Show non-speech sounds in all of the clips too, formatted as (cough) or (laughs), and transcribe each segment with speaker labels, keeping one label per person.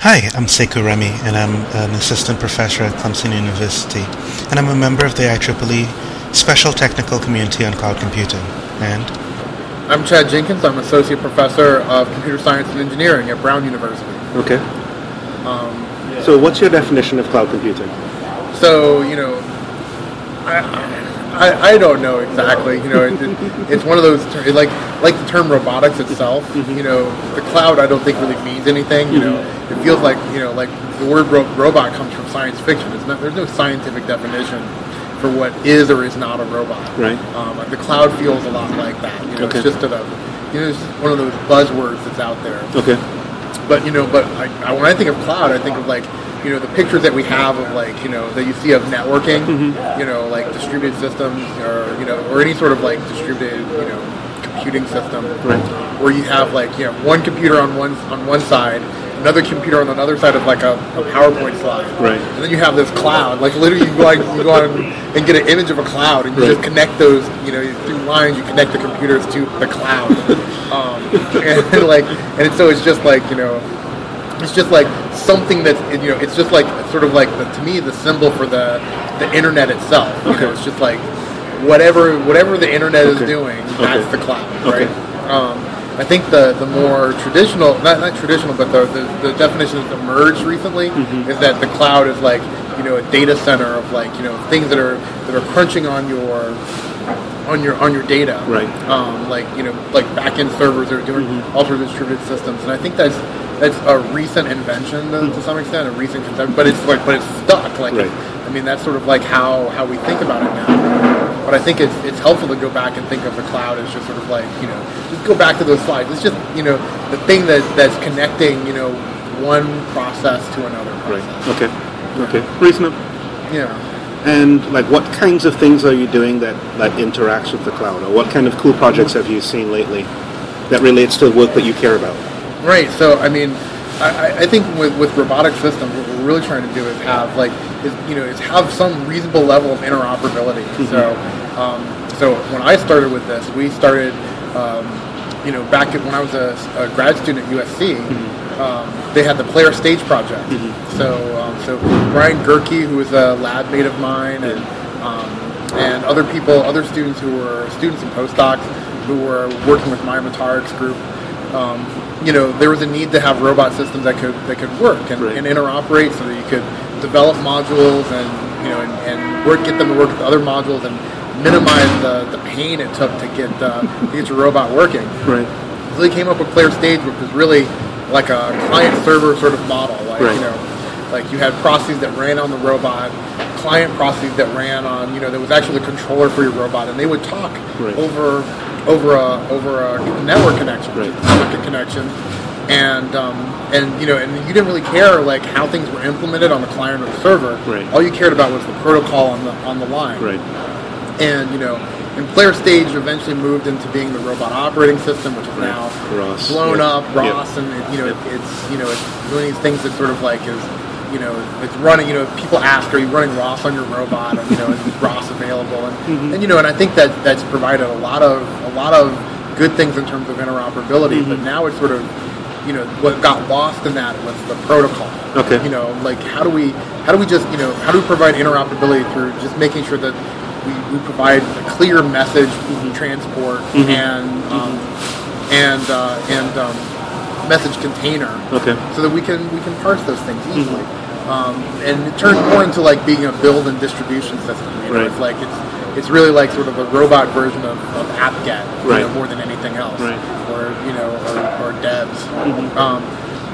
Speaker 1: Hi, I'm Sekou Remy, and I'm an assistant professor at Clemson University, and I'm a member of the IEEE Special Technical Community on Cloud Computing. And
Speaker 2: I'm Chad Jenkins. I'm an associate professor of computer science and engineering at Brown University.
Speaker 3: Okay. So what's your definition of cloud computing?
Speaker 2: So you know, I I, I don't know exactly. You know, it, it, it's one of those ter- like like the term robotics itself.
Speaker 3: Mm-hmm.
Speaker 2: You know, the cloud I don't think really means anything. You know, it feels like you know like the word ro- robot comes from science fiction. It's not, there's no scientific definition for what is or is not a robot.
Speaker 3: Right.
Speaker 2: Um, the cloud feels a lot like that. You know,
Speaker 3: Okay.
Speaker 2: it's just a you know, it's one of those buzzwords that's out there.
Speaker 3: Okay.
Speaker 2: But you know, but I, I, when I think of cloud, I think of like you know the pictures that we have of like you know that you see of networking, you know, like distributed systems or you know or any sort of like distributed you know computing system, where you have like you know one computer on one on one side, another computer on another side of like a, a PowerPoint slide,
Speaker 3: Right.
Speaker 2: And then you have this cloud, like literally you go like you go out and, and get an image of a cloud, and you
Speaker 3: Right.
Speaker 2: just connect those you know through lines, you connect the computers to the
Speaker 3: (laughs)
Speaker 2: cloud. um, and like and so it's just like you know it's just like something that's you know it's just like sort of like the, to me the symbol for the the internet itself you know
Speaker 3: Okay.
Speaker 2: it's just like whatever whatever the internet
Speaker 3: Okay.
Speaker 2: is doing
Speaker 3: Okay.
Speaker 2: that's the cloud
Speaker 3: Okay.
Speaker 2: right um, I think the, the more traditional not, not traditional but the, the, the definition that's emerged recently
Speaker 3: Mm-hmm.
Speaker 2: is that the cloud is like you know a data center of like you know things that are that are crunching on your on your on your data,
Speaker 3: Right. Mm-hmm.
Speaker 2: Um, like you know, like backend servers are doing all sorts of distributed systems, and I think that's that's a recent invention to, to some extent, a recent concept, but it's like but it's stuck. Like,
Speaker 3: Mm-hmm. Right.
Speaker 2: I mean, that's sort of like how how we think about it now. But I think it's it's helpful to go back and think of the cloud as just sort of like you know, just go back to those slides. It's just you know the thing that that's connecting you know one process to another
Speaker 3: Right.
Speaker 2: process.
Speaker 3: Okay. Okay. Reasonable.
Speaker 2: Yeah.
Speaker 3: And like, what kinds of things are you doing that that interacts with the cloud, or what kind of cool projects have you seen lately that relates to the work that you care about?
Speaker 2: Right. So I mean, I, I- I think with, with robotic systems, what we're really trying to do is have like is, you know is have some reasonable level of interoperability. So um, so when I started with this, we started um, you know back at, when I was a, a grad student at USC. Um, they had the player stage project. So, um, so Brian Gerke, who was a lab mate of mine, and um, and other people, other students who were students and postdocs who were working with my Matarik's group, um, you know, there was a need to have robot systems that could that could work and,
Speaker 3: Right.
Speaker 2: and interoperate so that you could develop modules and you know and, and work get them to work with other modules and minimize the, the pain it took to get uh, to get your robot working.
Speaker 3: Right.
Speaker 2: So they came up with Player Stage, which was really like a client-server sort of model. Like
Speaker 3: Right.
Speaker 2: you know, like you had processes that ran on the robot, client processes that ran on you know there was actually a controller for your robot, and they would talk
Speaker 3: Right.
Speaker 2: over over a over a network connection,
Speaker 3: Right.
Speaker 2: socket connection, and um, and you know and you didn't really care like how things were implemented on the client or the server.
Speaker 3: Right.
Speaker 2: All you cared about was the protocol on the on the line
Speaker 3: Right.
Speaker 2: and you know, and Player Stage eventually moved into being the robot operating system, which is
Speaker 3: Right.
Speaker 2: now
Speaker 3: ROS,
Speaker 2: blown
Speaker 3: yeah.
Speaker 2: up,
Speaker 3: Yeah.
Speaker 2: ROS, and it, you know,
Speaker 3: Yeah.
Speaker 2: it's you know, it's doing these things that sort of like is you know, it's running. You know, people ask, are you running ROS on your robot? And, you know, is ROS available? And, and you know, and I think that that's provided a lot of a lot of good things in terms of interoperability. But now it's sort of you know what got lost in that was the protocol.
Speaker 3: Okay.
Speaker 2: You know, like how do we how do we just you know how do we provide interoperability through just making sure that we, we provide a clear message transport and um, and uh, and um, message container.
Speaker 3: Okay. Mm-hmm.
Speaker 2: So that we can we can parse those things easily. Um, and it turns more into like being a build and distribution system. You know,
Speaker 3: Right.
Speaker 2: it's like it's it's really like sort of a robot version of, of apt-get you know,
Speaker 3: Right.
Speaker 2: more than anything else
Speaker 3: Right. Mm-hmm.
Speaker 2: or you know or, or devs um,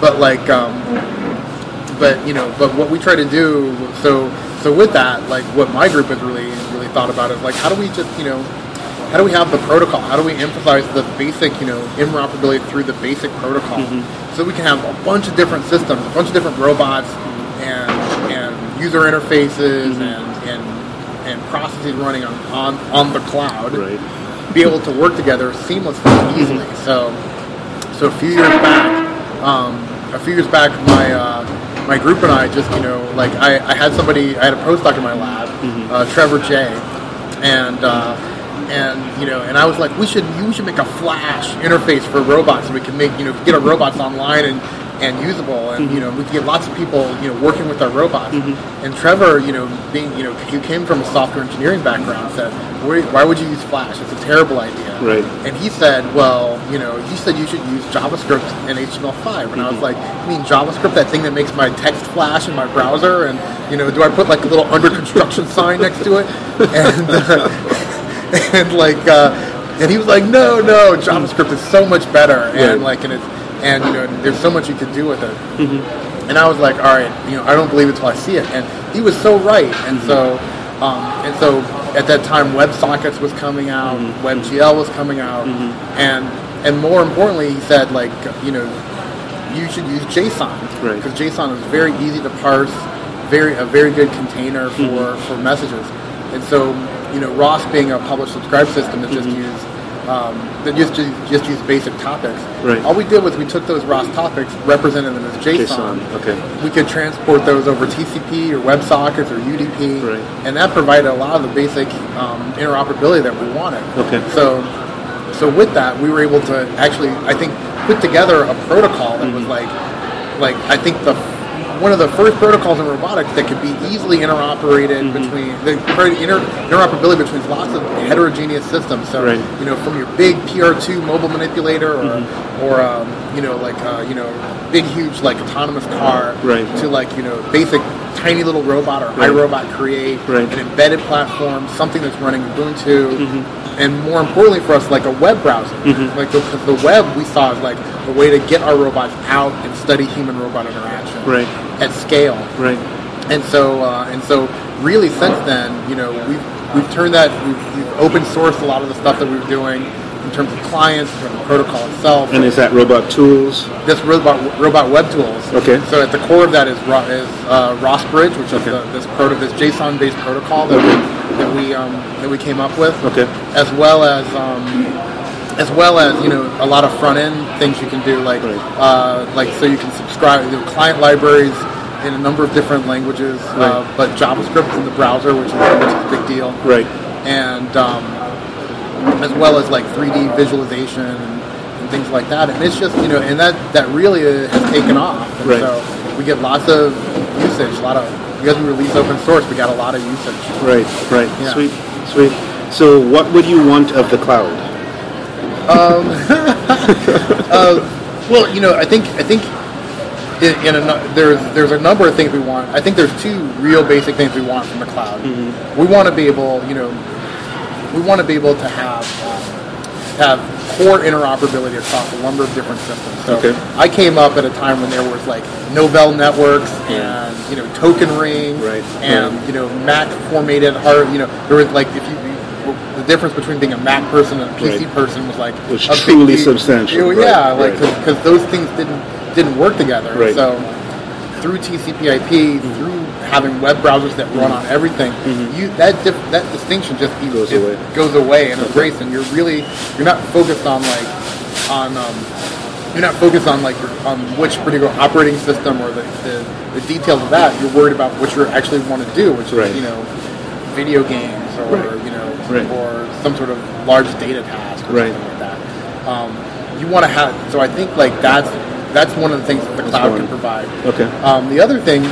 Speaker 2: but like um, but you know but what we try to do so so with that like what my group has really really thought about is like how do we just you know how do we have the protocol how do we emphasize the basic you know interoperability through the basic protocol so we can have a bunch of different systems a bunch of different robots and and user interfaces and and and processes running on, on, on the cloud
Speaker 3: Right.
Speaker 2: be able to work together seamlessly and easily. So, so a few years back, um, a few years back, my uh, my group and I just you know like I, I had somebody I had a postdoc in my lab, uh, Trevor J, and uh, and you know and I was like we should we should make a Flash interface for robots so we can make you know get our robots online and and usable, and you know we could get lots of people you know working with our robots. And Trevor, you know, being you know you came from a software engineering background, said, why, why would you use Flash? It's a terrible idea.
Speaker 3: Right.
Speaker 2: And he said, well, you know, you said you should use JavaScript and HTML5, and I was like, I mean JavaScript, that thing that makes my text flash in my browser, and you know, do I put like a little under construction (laughs) sign next to it? And uh, (laughs) and like, uh, and he was like, no, no, JavaScript is so much better,
Speaker 3: Right.
Speaker 2: and like, and it's and you know, there's so much you can do with it. And I was like, all right, you know, I don't believe it till I see it. And he was so right. And so, um, and so at that time, WebSockets was coming out,
Speaker 3: Mm-hmm.
Speaker 2: WebGL was coming out, and and more importantly, he said like, you know, you should use JSON
Speaker 3: Right.
Speaker 2: because JSON is very easy to parse, very a very good container for
Speaker 3: Mm-hmm.
Speaker 2: for messages. And so, you know, ROS being a publish subscribe system that just
Speaker 3: Mm-hmm.
Speaker 2: used um, that just just used basic topics.
Speaker 3: Right.
Speaker 2: All we did was we took those ROS topics, represented them as JSON.
Speaker 3: JSON. Okay.
Speaker 2: We could transport those over TCP or WebSockets or UDP,
Speaker 3: Right.
Speaker 2: and that provided a lot of the basic um, interoperability that we wanted.
Speaker 3: Okay.
Speaker 2: So, so with that, we were able to actually, I think, put together a protocol that
Speaker 3: Mm-hmm.
Speaker 2: was like, like I think the one of the first protocols in robotics that could be easily interoperated
Speaker 3: Mm-hmm.
Speaker 2: between the inter, interoperability between lots of heterogeneous systems. So
Speaker 3: Right.
Speaker 2: you know, from your big PR2 mobile manipulator, or
Speaker 3: Mm-hmm.
Speaker 2: or um, you know, like uh, you know, big huge like autonomous car,
Speaker 3: Right.
Speaker 2: to like you know, basic tiny little robot or
Speaker 3: Right.
Speaker 2: iRobot create,
Speaker 3: Right.
Speaker 2: an embedded platform, something that's running Ubuntu,
Speaker 3: Mm-hmm.
Speaker 2: and more importantly for us, like a web browser. Like because the web we saw as like a way to get our robots out and study human-robot interaction
Speaker 3: Right.
Speaker 2: at scale.
Speaker 3: Right.
Speaker 2: And so, uh, and so, really, since then, you know, we've, we've turned that, we've, we've open sourced a lot of the stuff that we were doing in terms of clients, in terms of protocol itself.
Speaker 3: And is that robot tools?
Speaker 2: That's robot robot web tools.
Speaker 3: Okay.
Speaker 2: So at the core of that is Ro- is uh, ROSBridge, which is
Speaker 3: Okay.
Speaker 2: the, this proto this JSON based protocol that we that we um, that we came up with.
Speaker 3: Okay.
Speaker 2: As well as um, as well as you know a lot of front end things you can do like
Speaker 3: Right.
Speaker 2: uh, like so you can subscribe you know, client libraries in a number of different languages, uh,
Speaker 3: Right.
Speaker 2: but JavaScript in the browser, which is, which is a big deal
Speaker 3: Right.
Speaker 2: and um, as well as like 3D visualization and, and things like that. And it's just you know, and that that really has taken off. And
Speaker 3: Right.
Speaker 2: So we get lots of usage, a lot of because we release open source, we got a lot of usage.
Speaker 3: Right. Right.
Speaker 2: Yeah.
Speaker 3: Sweet. Sweet. So, what would you want of the cloud?
Speaker 2: Well, you know, I think I think in, in a, nu- there's there's a number of things we want. I think there's two real basic things we want from the cloud.
Speaker 3: Mm-hmm.
Speaker 2: We want to be able, you know, we want to be able to have um, have core interoperability across a number of different systems. So
Speaker 3: Okay.
Speaker 2: I came up at a time when there was like Nobel networks and you know Token Ring
Speaker 3: Right.
Speaker 2: and you know Mac formatted hard. You know, there was like if you the difference between being a Mac person and a PC
Speaker 3: Right.
Speaker 2: person was like
Speaker 3: Was
Speaker 2: a big
Speaker 3: truly
Speaker 2: deal.
Speaker 3: substantial, right,
Speaker 2: Yeah, like
Speaker 3: right.
Speaker 2: because those things didn't didn't work together.
Speaker 3: Right.
Speaker 2: So
Speaker 3: Mm-hmm.
Speaker 2: through TCP/IP, through having web browsers that run on everything, you that dif- that distinction just it
Speaker 3: Goes
Speaker 2: it
Speaker 3: away.
Speaker 2: goes away and erased, and you're really you're not focused on like on um, you're not focused on like your, on which particular operating system or the, the, the details of that. You're worried about what you actually want to do, which is
Speaker 3: Right.
Speaker 2: you know video games or
Speaker 3: Right.
Speaker 2: you know
Speaker 3: Right.
Speaker 2: or some sort of large data task or
Speaker 3: Right.
Speaker 2: something like that. Um, you want to have so I think like that's that's one of the things that the cloud
Speaker 3: one.
Speaker 2: can provide.
Speaker 3: Okay.
Speaker 2: Um, the other thing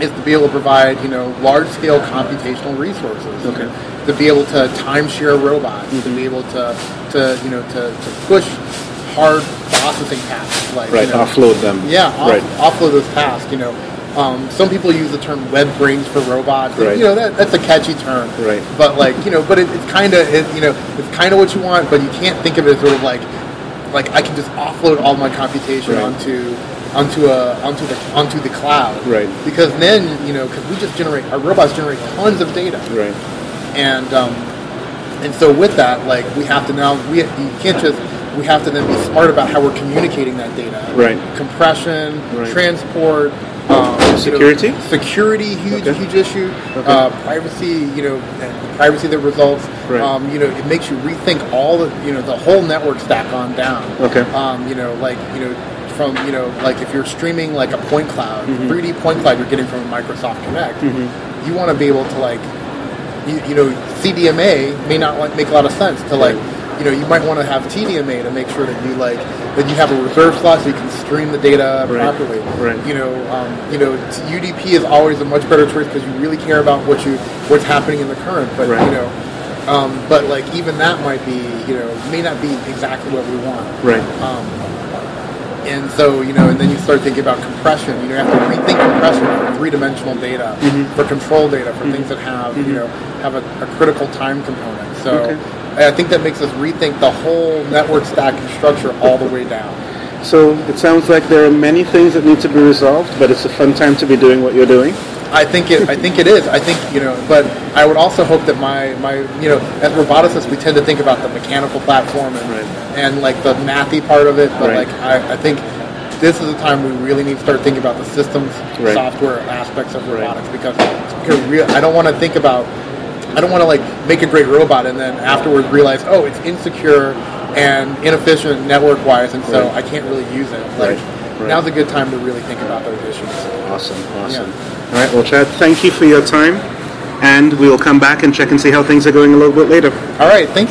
Speaker 2: is to be able to provide, you know, large-scale computational resources. you
Speaker 3: Okay. Mm-hmm.
Speaker 2: know, to be able to timeshare robots, to be able to, to you know, to, to push hard processing tasks like
Speaker 3: Right.
Speaker 2: you know,
Speaker 3: Offload them.
Speaker 2: yeah, off,
Speaker 3: Um, Right.
Speaker 2: offload those tasks. You know, um, some people use the term web brains for robots. and,
Speaker 3: Right.
Speaker 2: You know, that, that's a catchy term.
Speaker 3: Right.
Speaker 2: But like, you know, but it, it's kind of it, you know, it's kind of what you want, but you can't think of it as sort of like, like I can just offload all my computation
Speaker 3: Right.
Speaker 2: onto onto a onto the onto the cloud.
Speaker 3: Right.
Speaker 2: Because then you know, because we just generate our robots generate tons of data
Speaker 3: Right.
Speaker 2: and um, and so with that, like we have to now we you can't just we have to then be smart about how we're communicating that data.
Speaker 3: Right.
Speaker 2: Compression,
Speaker 3: Right.
Speaker 2: transport, um, you know,
Speaker 3: Security?
Speaker 2: security, huge
Speaker 3: Okay.
Speaker 2: huge issue.
Speaker 3: Okay.
Speaker 2: Uh, privacy, you know, and privacy that results.
Speaker 3: Right.
Speaker 2: Um, you know, it makes you rethink all the you know the whole network stack on down.
Speaker 3: Okay.
Speaker 2: Um, you know, like you know. From you know, like if you're streaming like a point cloud,
Speaker 3: Mm-hmm.
Speaker 2: 3D point cloud you're getting from Microsoft Connect, you want to be able to like you, you know, CDMA may not like, make a lot of sense to like you know, you might want to have TDMA to make sure that you like that you have a reserve slot so you can stream the data
Speaker 3: Right.
Speaker 2: properly.
Speaker 3: Right.
Speaker 2: You know, um, you know, t- UDP is always a much better choice because you really care about what you what's happening in the current. But
Speaker 3: Right.
Speaker 2: you know, um, but like even that might be you know may not be exactly what we want.
Speaker 3: Right.
Speaker 2: Um, And so, you know, and then you start thinking about compression. You, know, you have to rethink compression for three-dimensional data, for control data, for things that have, you know, have a, a critical time component. So and I think that makes us rethink the whole network stack and structure all the way down.
Speaker 3: So it sounds like there are many things that need to be resolved, but it's a fun time to be doing what you're doing.
Speaker 2: I think it. I think it is. I think you know. But I would also hope that my my you know, as roboticists, we tend to think about the mechanical platform and
Speaker 3: Right.
Speaker 2: and like the mathy part of it. But
Speaker 3: Right.
Speaker 2: like I, I think this is a time we really need to start thinking about the systems,
Speaker 3: Right.
Speaker 2: software aspects of robotics because because real, I don't want to think about. I don't want to like make a great robot and then afterwards realize, oh, it's insecure and inefficient network-wise, and so I
Speaker 3: Right.
Speaker 2: can't really use it. Like
Speaker 3: Right. Right.
Speaker 2: now's a good time to really think about those issues.
Speaker 3: Awesome, awesome. All right, well, Chad, thank you for your time, and we'll come back and check and see how things are going a little bit later.
Speaker 2: All right, thanks.